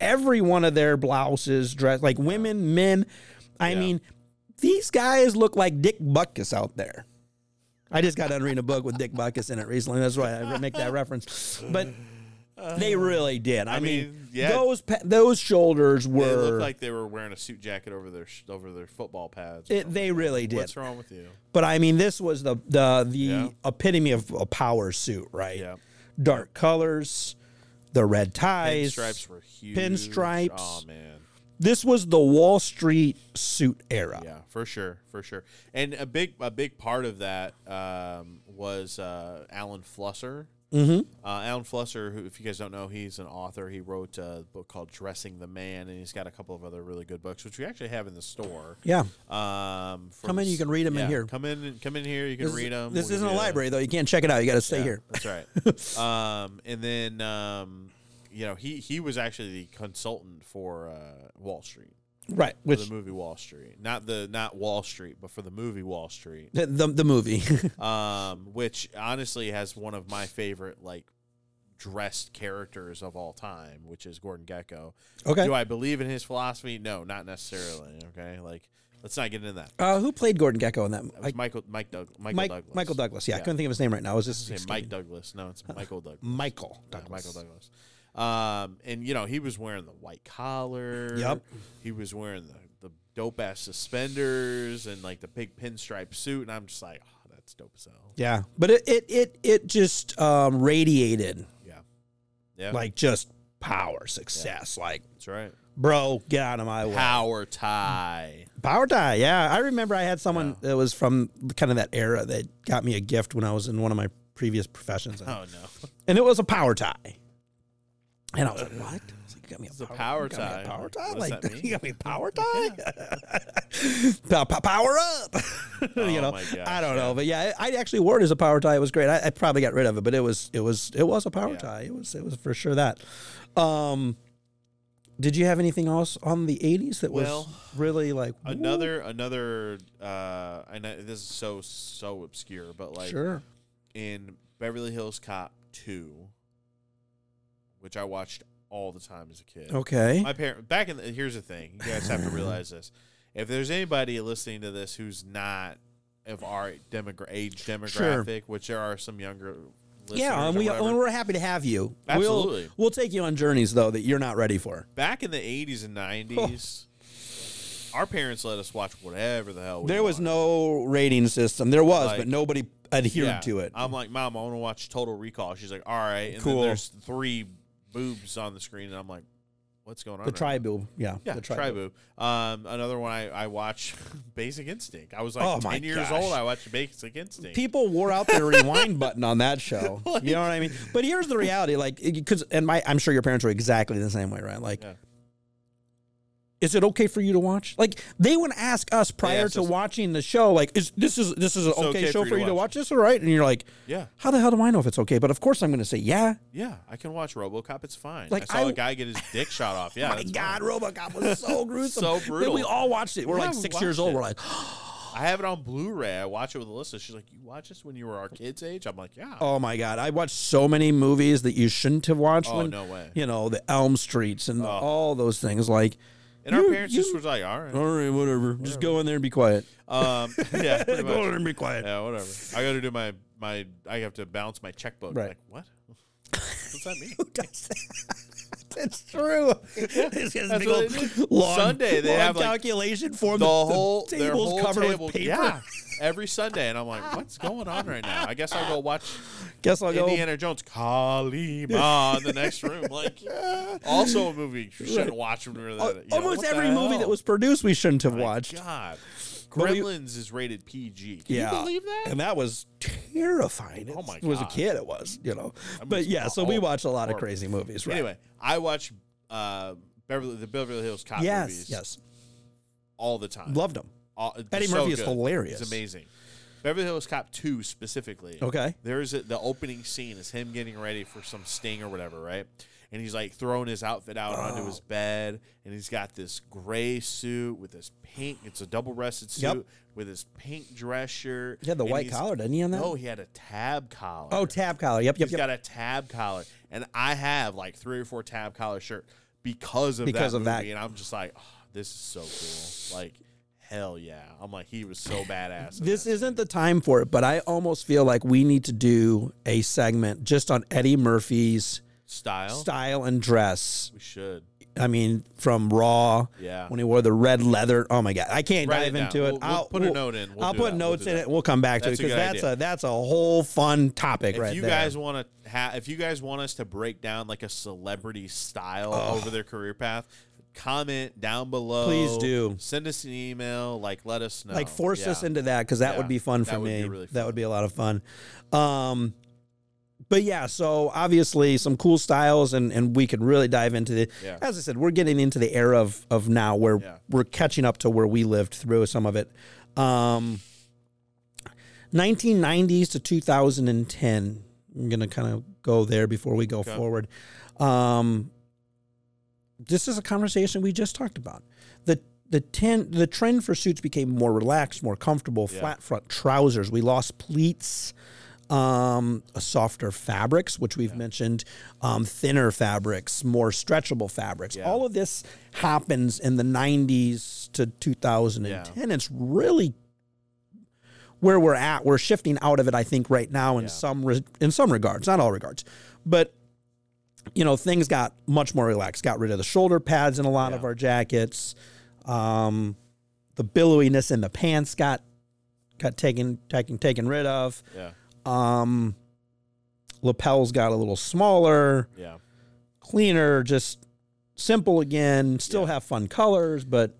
S2: every one of their blouses, dress like women, men. I
S1: Yeah.
S2: mean, these guys look like Dick Buckus out there. I just got done reading a book with Dick Buckus in it recently. That's why I make that reference. But they really did. I, mean,
S1: mean, yeah.
S2: those pa- those shoulders were.
S1: They looked like they were wearing a suit jacket over their sh- over their football pads. or
S2: It, they really did.
S1: What's wrong with you?
S2: But I mean, this was the the the
S1: Yeah.
S2: epitome of a power suit, right?
S1: Yeah.
S2: Dark colors, the red ties.
S1: Pinstripes were huge.
S2: pinstripes.
S1: Oh man.
S2: This was the Wall Street suit era.
S1: Yeah, for sure, for sure. And a big a big part of that um, was uh, Alan Flusser
S2: Mm-hmm.
S1: Uh, Alan Flusser, who, if you guys don't know, he's an author. He wrote a book called Dressing the Man, and he's got a couple of other really good books, which we actually have in the store.
S2: Yeah.
S1: Um, from
S2: Come in,
S1: s-
S2: you can read 'em in here.
S1: Come in, and- come in here. You can read 'em. read them.
S2: This isn't a library though. You can't check it out. You got to stay here.
S1: That's right. um, and then, um, you know, he he was actually the consultant for uh, Wall Street,
S2: Right.
S1: for
S2: Which
S1: the movie Wall Street, not the not Wall Street, but for the movie Wall Street.
S2: the the, the movie.
S1: um, which honestly has one of my favorite like dressed characters of all time, which is Gordon Gecko.
S2: okay.
S1: Do I believe in his philosophy? No, not necessarily. Okay, like let's not get into that.
S2: uh, who played Gordon Gecko in that?
S1: It was
S2: Like,
S1: Michael Mike Doug, Michael
S2: Mike
S1: Douglas.
S2: Michael Douglas. Yeah, I couldn't think of his name right now. Is this
S1: Say Mike Douglas. No, it's Michael Douglas.
S2: Michael
S1: Yeah,
S2: Douglas?
S1: Michael Douglas. Um, and you know he was wearing the white collar.
S2: Yep.
S1: He was wearing the, the dope ass suspenders and like the big pinstripe suit, and I'm just like, oh, that's dope as hell.
S2: Yeah, but it it it, it just um, radiated
S1: Yeah. Yeah.
S2: like just power, success. Like,
S1: that's right.
S2: bro, get out of
S1: Oh,
S2: my way.
S1: Power tie.
S2: Power tie, yeah. I remember I had someone that was from kind of that era that got me a gift when I was in one of my previous professions,
S1: Oh no.
S2: and it was a power tie. And I was like, "What? I was like, you got me a
S1: a power
S2: you got me
S1: tie.
S2: a power tie?
S1: What's
S2: like,
S1: that mean?
S2: you got me a power tie? Pa- pa- power up? you
S1: Oh
S2: know,
S1: my gosh,
S2: I don't
S1: yeah.
S2: know, but yeah, I I actually wore it as a power tie. It was great. I, I probably got rid of it, but it was it was it was a power
S1: Yeah.
S2: tie. It was it was for sure that. Um, did you have anything else on the '80s that
S1: Well,
S2: was really like woo?
S1: Another another uh I know this is so so obscure, but like
S2: sure.
S1: in Beverly Hills Cop two, which I watched all the time as a kid.
S2: Okay.
S1: My parent back in the, here's the thing, you guys have to realize this. If there's anybody listening to this who's not of our demogra- age demographic, which there are some younger listeners,
S2: yeah, and
S1: or
S2: we
S1: whatever,
S2: and we're happy to have you. We'll-
S1: Absolutely.
S2: we'll take you on journeys though that you're not ready for.
S1: back in the 80s and 90s our parents let us watch whatever the hell we
S2: There was
S1: wanted.
S2: no rating system. There was,
S1: Like-
S2: but nobody adhered
S1: Yeah.
S2: to it.
S1: i'm like mom i want to watch total recall she's like all right and
S2: Cool.
S1: then there's three boobs on the screen and i'm like what's going on
S2: the
S1: right now?
S2: tribal, yeah,
S1: yeah,
S2: the
S1: Tribu.
S2: tribal.
S1: Um, another one I, I watched, Basic Instinct. I was like
S2: Oh,
S1: ten
S2: my
S1: years
S2: gosh.
S1: old. I watched Basic Instinct.
S2: People wore out their rewind button on that show. you know what I mean? But here's the reality, like, because and my, I'm sure your parents were exactly the same way, right? Like.
S1: Yeah.
S2: Is it okay for you to watch? Like they would ask us prior
S1: asked
S2: to
S1: us-
S2: watching the show, like, is this is this is an okay, show for you to watch this, all right? And you're like,
S1: yeah,
S2: how the hell do I know if it's okay? But of course I'm going to say, yeah.
S1: yeah, I can watch RoboCop. It's fine.
S2: Like,
S1: I saw
S2: I-
S1: a guy get his dick shot off. Yeah,
S2: My
S1: that's
S2: God, RoboCop was so gruesome,
S1: So
S2: Then
S1: brutal.
S2: we all watched it. We're
S1: Yeah,
S2: like
S1: we
S2: six years
S1: watched
S2: old.
S1: it.
S2: We're like,
S1: I have it on Blu-ray. I watch it with Alyssa. She's like, "You watch this when you were our kids' age?" I'm like, "Yeah."
S2: Oh my God! I watched so many movies that you shouldn't have watched.
S1: Oh,
S2: when,
S1: no way. Oh.
S2: You know the Elm Streets and the- all those things. Like,
S1: and our
S2: you-
S1: parents
S2: you-
S1: just was like, "All right,
S2: all right, whatever. Just go in there and be quiet.
S1: um, yeah, pretty
S2: Go in there
S1: much.
S2: and be quiet.
S1: yeah, whatever." I got to do my my. I have to balance my checkbook.
S2: Right.
S1: Like what? What's that mean?
S2: Who does that? It's true. It's his
S1: That's
S2: big
S1: what
S2: old
S1: they do.
S2: long,
S1: Sunday, they
S2: long
S1: have, like,
S2: calculation form.
S1: the
S2: that
S1: whole
S2: the
S1: their
S2: tables
S1: whole
S2: covered
S1: table,
S2: with paper.
S1: Yeah, every Sunday, and I'm like, "What's going on right now?" I guess I'll go watch
S2: Guess I'll go.
S1: Indiana Jones, Kalima in the next room. Like, also a movie you shouldn't watch when we were that. you know,
S2: Uh, Almost
S1: what the
S2: every movie that
S1: hell?
S2: was produced, we shouldn't have
S1: My
S2: watched.
S1: God,
S2: But we-
S1: Gremlins is rated PG. Can
S2: yeah.
S1: you believe that?
S2: And that was terrifying.
S1: Oh my
S2: It was a
S1: God.
S2: kid, it was, you know. but
S1: it's
S2: yeah, so we
S1: horrible,
S2: watched a lot of
S1: horrible.
S2: crazy movies, right?
S1: Anyway, I watch uh, Beverly the Beverly Hills Cop
S2: yes,
S1: movies
S2: yes.
S1: all the time.
S2: Loved them.
S1: all, they're
S2: Eddie
S1: so
S2: Murphy is
S1: good.
S2: hilarious.
S1: It's amazing. Beverly Hills Cop 2 specifically.
S2: Okay.
S1: There's a, the opening scene is him getting ready for some sting or whatever, right? And he's like throwing his outfit out onto his
S2: Oh.
S1: bed, and he's got this gray suit with this pink. It's a double breasted suit
S2: Yep.
S1: with his pink dress shirt.
S2: He had the
S1: and
S2: white
S1: he's-
S2: collar, didn't he, on that?
S1: No, he had a tab collar.
S2: Oh, tab collar. Yep, yep,
S1: He's
S2: yep.
S1: got a tab collar, and I have like three or four tab collar shirt because of
S2: Because
S1: that
S2: of that.
S1: movie, and I'm just like, oh, this is so cool, like hell yeah! I'm like, he was so badass. in
S2: This
S1: that.
S2: isn't the time for it, but I almost feel like we need to do a segment just on Eddie Murphy's
S1: style.
S2: style and dress.
S1: We should.
S2: I mean, from Raw,
S1: Yeah.
S2: when he wore the red leather. Oh my God, I can't
S1: Write
S2: dive
S1: it down.
S2: into
S1: We'll-
S2: it.
S1: we'll
S2: I'll
S1: put a note in. We'll
S2: I'll
S1: do
S2: put
S1: that. We'll
S2: notes
S1: do
S2: in
S1: that.
S2: it. We'll come back to
S1: That's
S2: it
S1: a
S2: because
S1: good
S2: that's
S1: idea.
S2: a that's a whole fun topic
S1: If
S2: right
S1: you
S2: there.
S1: guys want to, ha- if you guys want us to break down like a celebrity style over their career path, comment down below.
S2: Please do.
S1: Send us an email. Like, let us know.
S2: like force us
S1: Yeah.
S2: into that because that
S1: Yeah.
S2: would be fun for
S1: That would
S2: me.
S1: be really
S2: That
S1: fun.
S2: would be a lot of fun. Um, but yeah, so obviously some cool styles, and and we could really dive into the.
S1: Yeah.
S2: As I said, we're getting into the era of of now where
S1: Yeah.
S2: we're catching up to where we lived through some of it. Um, 1990s to 2010. I'm gonna kind of go there before we go
S1: Okay.
S2: forward. Um, this is a conversation we just talked about. The the ten the trend for suits became more relaxed, more comfortable,
S1: Yeah.
S2: flat front trousers. We lost pleats, um, softer fabrics, which we've mentioned, um, thinner fabrics, more stretchable fabrics.
S1: Yeah.
S2: All of this happens in the '90s to 2010. It's really where we're at. We're shifting out of it, I think, right now in
S1: Yeah.
S2: some re- in some regards, not all regards, but you know, things got much more relaxed. Got rid of the shoulder pads in a lot of
S1: Yeah.
S2: our jackets. Um, the billowiness in the pants got got taken taken taken rid of.
S1: Yeah.
S2: Um, lapels got a little smaller,
S1: Yeah.
S2: cleaner, just simple again. Still
S1: Yeah.
S2: have fun colors, but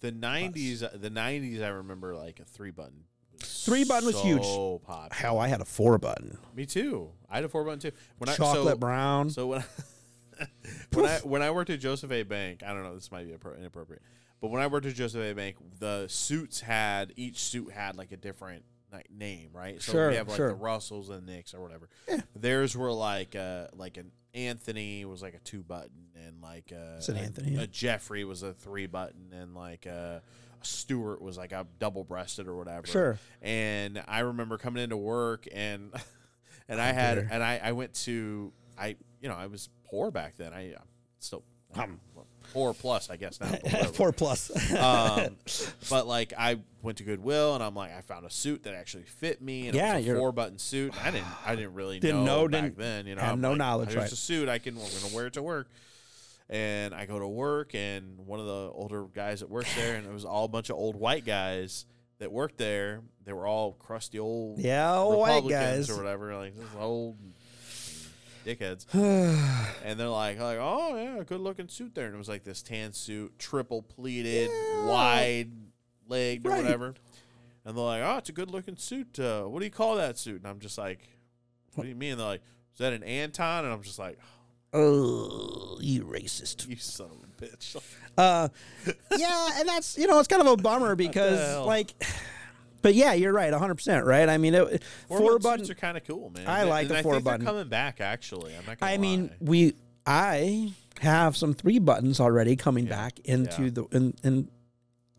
S1: The nineties. uh, The nineties. I remember like a three button. was
S2: Three button was huge.
S1: So popular.
S2: hell, I had a four button,
S1: Me too. I had a four button too. When
S2: chocolate
S1: I, so,
S2: brown.
S1: So when I, when I when I worked at Joseph A. Bank, I don't know. This might be appro- inappropriate, but when I worked at Joseph A. Bank, the suits had each suit had like a different like name, right? So
S2: Sure,
S1: we have like
S2: sure.
S1: the Russells and Knicks or whatever. Theirs were like uh like an Anthony was like a two button and like a,
S2: It's an
S1: a-
S2: Anthony, yeah.
S1: a Jeffrey was a three button and like a Stewart was like a double breasted or whatever.
S2: Sure.
S1: And I remember coming into work and and I had
S2: There.
S1: and I, I went to I you know I was poor back then I uh, still I'm poor plus I guess now but whatever.
S2: Four plus.
S1: um, but like I went to Goodwill and I'm like I found a suit that actually fit me and
S2: Yeah,
S1: it was a
S2: you're-
S1: four button suit I didn't I didn't really
S2: Didn't
S1: know,
S2: know,
S1: back
S2: didn't-
S1: then you know
S2: had
S1: I'm
S2: no
S1: like,
S2: knowledge,
S1: here's
S2: right.
S1: a suit I can I'm gonna wear it to work and I go to work and one of the older guys that works there and it was all a bunch of old white guys that worked there they were all crusty old
S2: yeah, white
S1: Republicans
S2: guys.
S1: or whatever, like this is old dickheads. and they're like, like, oh yeah, good looking suit there. And it was like this tan suit, triple pleated,
S2: Yeah.
S1: wide legged or
S2: Right.
S1: whatever. And they're like, oh, it's a good looking suit. Uh, what do you call that suit? And I'm just like, what do you mean? And they're like, is that an Anton? And I'm just like,
S2: Oh, you racist.
S1: you son of a bitch.
S2: Uh, yeah, and that's you know it's kind of a bummer
S1: hell?
S2: because like, but yeah, you're right, 100 percent right. I mean, it, four,
S1: buttons
S2: button.
S1: are kind of cool, man.
S2: I like
S1: and
S2: the
S1: I
S2: four
S1: think they're
S2: button.
S1: coming back actually. I'm not. Gonna
S2: I mean,
S1: lie.
S2: we I have some three buttons already coming back into
S1: yeah.
S2: the in, in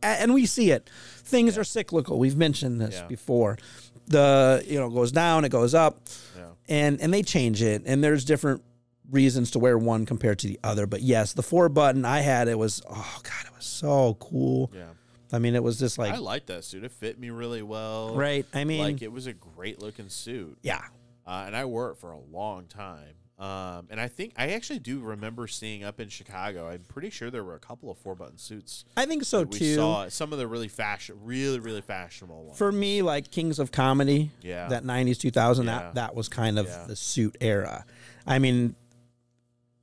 S2: a- and we see it. Things are cyclical. We've mentioned this
S1: Yeah.
S2: before. The you know it goes down, it goes up,
S1: Yeah.
S2: and and they change it. And there's different reasons to wear one compared to the other. But yes, the four button I had it was oh god, it was so cool.
S1: yeah.
S2: I mean, it was just like
S1: I like that suit. It fit me really well.
S2: Right. I mean,
S1: like it was a great looking suit,
S2: yeah.
S1: uh, and I wore it for a long time. Um, and I think I actually do remember seeing up in Chicago. I'm pretty sure there were a couple of four button suits
S2: I think so
S1: that we
S2: too.
S1: saw. Some of the really fashion, really really fashionable ones.
S2: For me, like Kings of Comedy,
S1: Yeah.
S2: that 90s, 2000,
S1: Yeah.
S2: that, that was kind of
S1: Yeah.
S2: the suit era. I mean,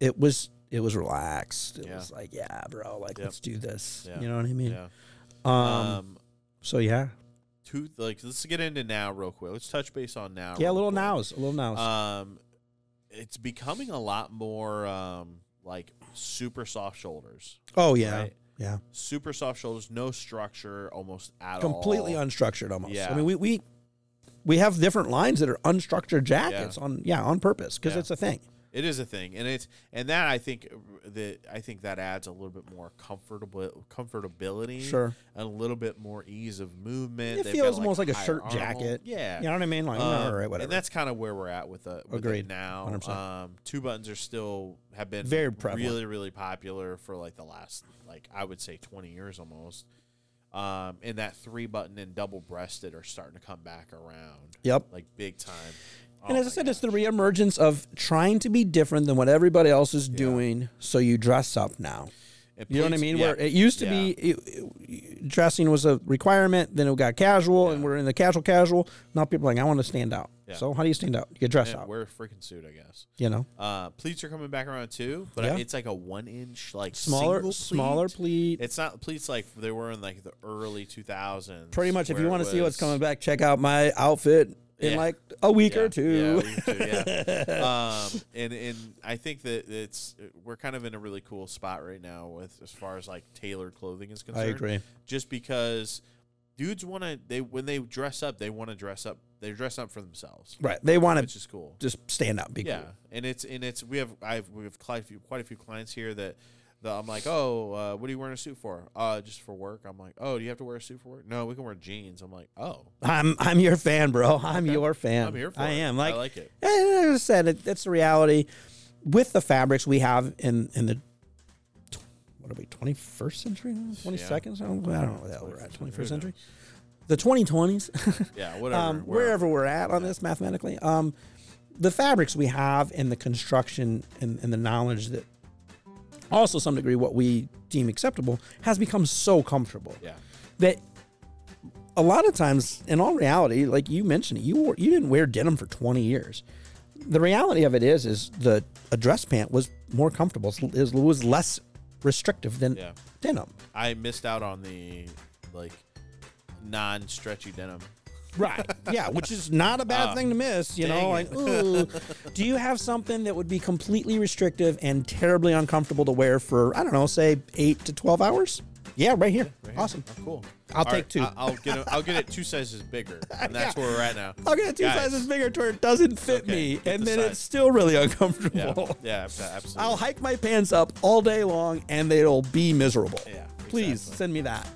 S2: it was it was relaxed. It
S1: Yeah.
S2: was like, yeah, bro, like
S1: Yep.
S2: let's do this.
S1: Yeah.
S2: You know what I mean?
S1: yeah.
S2: Um,
S1: Um,
S2: so yeah.
S1: two like let's get into now real quick. Let's touch base on now.
S2: Yeah, a
S1: real
S2: little
S1: quick.
S2: nows, a little nows.
S1: Um, it's becoming a lot more um like super soft shoulders,
S2: oh yeah.
S1: right.
S2: Yeah.
S1: super soft shoulders, no structure almost at all.
S2: Completely unstructured almost.
S1: Yeah.
S2: I mean, we we we have different lines that are unstructured jackets on yeah, on purpose cuz
S1: Yeah. Mm-hmm.
S2: it's a thing.
S1: It is a thing, and it's and that I think that I think that adds a little bit more comfortable comfortability,
S2: Sure.
S1: and a little bit more ease of movement.
S2: It
S1: They've got,
S2: feels almost like a
S1: higher
S2: shirt
S1: arm
S2: jacket.
S1: hold. yeah.
S2: You know what I mean? Like,
S1: Um,
S2: all right, whatever.
S1: And that's kind of where we're at with the with
S2: Agreed.
S1: It now,
S2: 100%.
S1: um, two buttons are still have been
S2: Very prevalent.
S1: really really popular for like the last like I would say twenty years almost. Um, and that three button and double breasted are starting to come back around,
S2: Yep.
S1: like big time.
S2: And
S1: Oh
S2: as I
S1: my
S2: said, it's the reemergence of trying to be different than what everybody else is doing, so you dress up now.
S1: God. It
S2: You know what I
S1: pleats-
S2: mean?
S1: yeah.
S2: Where it used to
S1: Yeah.
S2: be it- it- dressing was a requirement, then it got casual, and we're in the casual casual. Now people are like, I want to stand out.
S1: Yeah.
S2: So how do you stand out? You dress
S1: Yeah,
S2: out.
S1: wear a freaking suit, I guess.
S2: You know,
S1: Uh, pleats are coming back around too, but
S2: Yeah.
S1: it's like a one inch, like
S2: smaller,
S1: single pleat.
S2: smaller pleat.
S1: It's not pleats like they were in like the early 2000s.
S2: Pretty much, if
S1: where
S2: you
S1: it
S2: want to see what's
S1: was-
S2: coming back, check out my outfit in
S1: Yeah.
S2: like a week
S1: yeah,
S2: or two.
S1: Yeah, we do, yeah. um, and and I think that it's we're kind of in a really cool spot right now with as far as like tailored clothing is
S2: I
S1: concerned.
S2: agree.
S1: Just because dudes want to they when they dress up, they want to dress up. They dress up for themselves,
S2: Right. They want
S1: which
S2: to
S1: is cool.
S2: just stand up. Be
S1: Yeah,
S2: cool.
S1: and it's and it's we have I've we have quite a few quite a few clients here that. that I'm like, oh, uh, what are you wearing a suit for? Uh, just for work. I'm like, oh, do you have to wear a suit for work? No, we can wear jeans. I'm like, oh,
S2: I'm I'm your fan, bro. I'm your fan.
S1: I'm here for
S2: I
S1: it.
S2: am like
S1: I like it.
S2: And as I said, it, that's the reality with the fabrics we have in in the tw- what are we twenty first century, twenty second? I don't know what that we're at twenty first century, the twenty twenties,
S1: Yeah, whatever.
S2: um,
S1: wherever.
S2: wherever we're at on this mathematically. Um, the fabrics we have and the construction and, and the knowledge that also some degree what we deem acceptable has become so comfortable
S1: Yeah.
S2: that a lot of times, in all reality, like you mentioned, it, you wore, you didn't wear denim for 20 years. The reality of it is, is the a dress pant was more comfortable. It was- It was less restrictive than
S1: Yeah.
S2: denim.
S1: I missed out on the like non-stretchy denim.
S2: Right. Yeah, which is not a bad thing to miss. You know,
S1: Um, dang
S2: like, ooh, do you have something that would be completely restrictive and terribly uncomfortable to wear for I don't know, say eight to 12 hours? Yeah, right here. Awesome.
S1: Oh, cool.
S2: I'll take two.
S1: I- I'll get. A, I'll get it two sizes bigger, and that's where we're at now.
S2: I'll get it two
S1: Guys.
S2: sizes bigger to where it doesn't fit
S1: Okay,
S2: me,
S1: get
S2: and
S1: the
S2: then
S1: size.
S2: it's still really
S1: Yeah.
S2: uncomfortable.
S1: Yeah. abso- Absolutely.
S2: I'll hike my pants up all day long, and they'll be miserable.
S1: Yeah,
S2: Please
S1: exactly.
S2: send me that.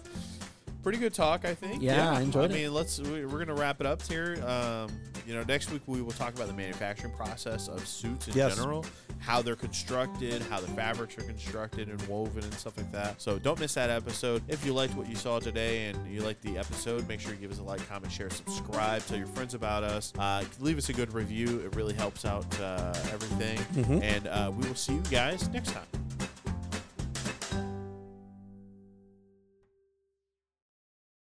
S1: Pretty good talk, I think.
S2: Yeah, I enjoyed
S1: I
S2: it.
S1: mean, let's. we- We're gonna wrap it up here. Um, you know, next week we will talk about the manufacturing process of suits in
S2: Yes.
S1: general, how they're constructed, how the fabrics are constructed and woven and stuff like that. So don't miss that episode. If you liked what you saw today and you liked the episode, make sure you give us a like, comment, share, subscribe, tell your friends about us. Uh, leave
S2: Mm-hmm.
S1: us a good review. It really helps out uh, everything. And uh, we will see you guys next time.